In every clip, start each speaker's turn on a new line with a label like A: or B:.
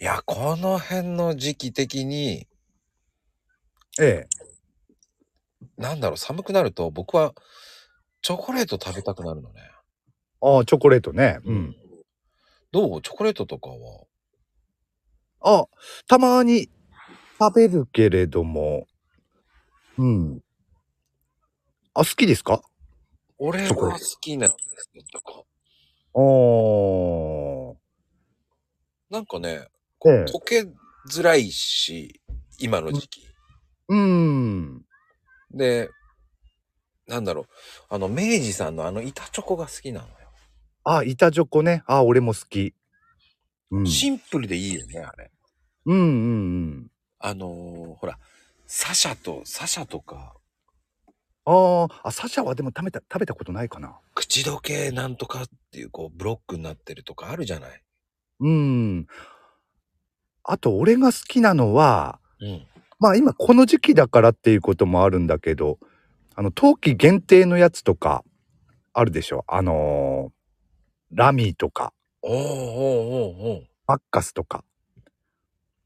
A: いや、この辺の時期的に、
B: ええ。
A: なんだろう、寒くなると僕はチョコレート食べたくなるのね。
B: ああ、チョコレートね。うん。
A: どうチョコレートとかは。
B: あ、たまに食べるけれども。うん。あ、好きですか
A: 俺
B: チョコレ
A: は
B: ー
A: 好きなんですよ、とか。
B: あー
A: なんかね、
B: ええ。
A: 溶けづらいし、今の時期。
B: うん。
A: で、なんだろう、あの、明治さんのあの板チョコが好きなのよ。
B: あ、板チョコね。あ、俺も好き。うん。
A: シンプルでいいよね、あれ。
B: うんうんうん。
A: あのーほら、サシャと、サシャとか、
B: あーあ、サシャはでも食べた、食べたことないかな。
A: 口どけなんとかっていう、こう、ブロックになってるとかあるじゃない。
B: うん。あと、俺が好きなのは、
A: うん。
B: まあ今この時期だからっていうこともあるんだけど、あの、冬季限定のやつとかあるでしょあのーラミーとか、
A: おうおうおうおう
B: マッカスとか。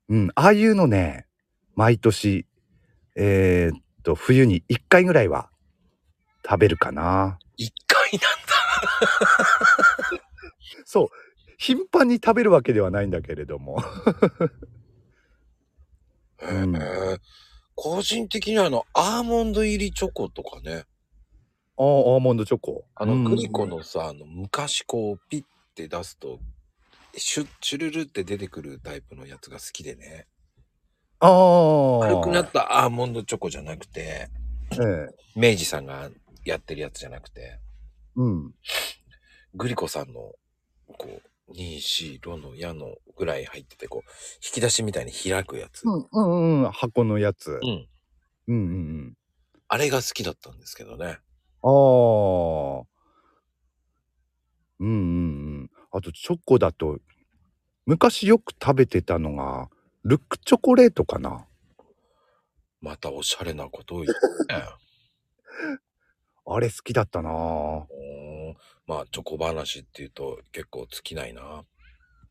B: うん、ああいうのね、毎年、えーっと、冬に1回ぐらいは食べるかな。
A: 一回なんだ。
B: そう。頻繁に食べるわけではないんだけれ ども。うん
A: へえ個人的にはあの、アーモンド入りチョコとかね。
B: あーアーモンドチョコ。
A: あの、
B: うん
A: グリコのさ、あの、昔こう、ピッて出すと、シュッ、チュルルって出てくるタイプのやつが好きでね。
B: あ
A: 軽
B: あ。
A: くなったアーモンドチョコじゃなくて、
B: ええ。
A: 明治さんがやってるやつじゃなくて、
B: うん。
A: グリコさんの、こう、2、4、6の矢のぐらい入ってて、こう、引き出しみたいに開くやつ。
B: うんうんうん。箱のやつ。
A: うん。
B: うんうんうん。
A: あれが好きだったんですけどね。
B: ああ。うんうんうん。あとチョコだと、昔よく食べてたのが、ルックチョコレートかな。
A: またおしゃれなことを言って ね。
B: あれ好きだったな。
A: うーんまあ、チョコ話っていうと結構尽きないな。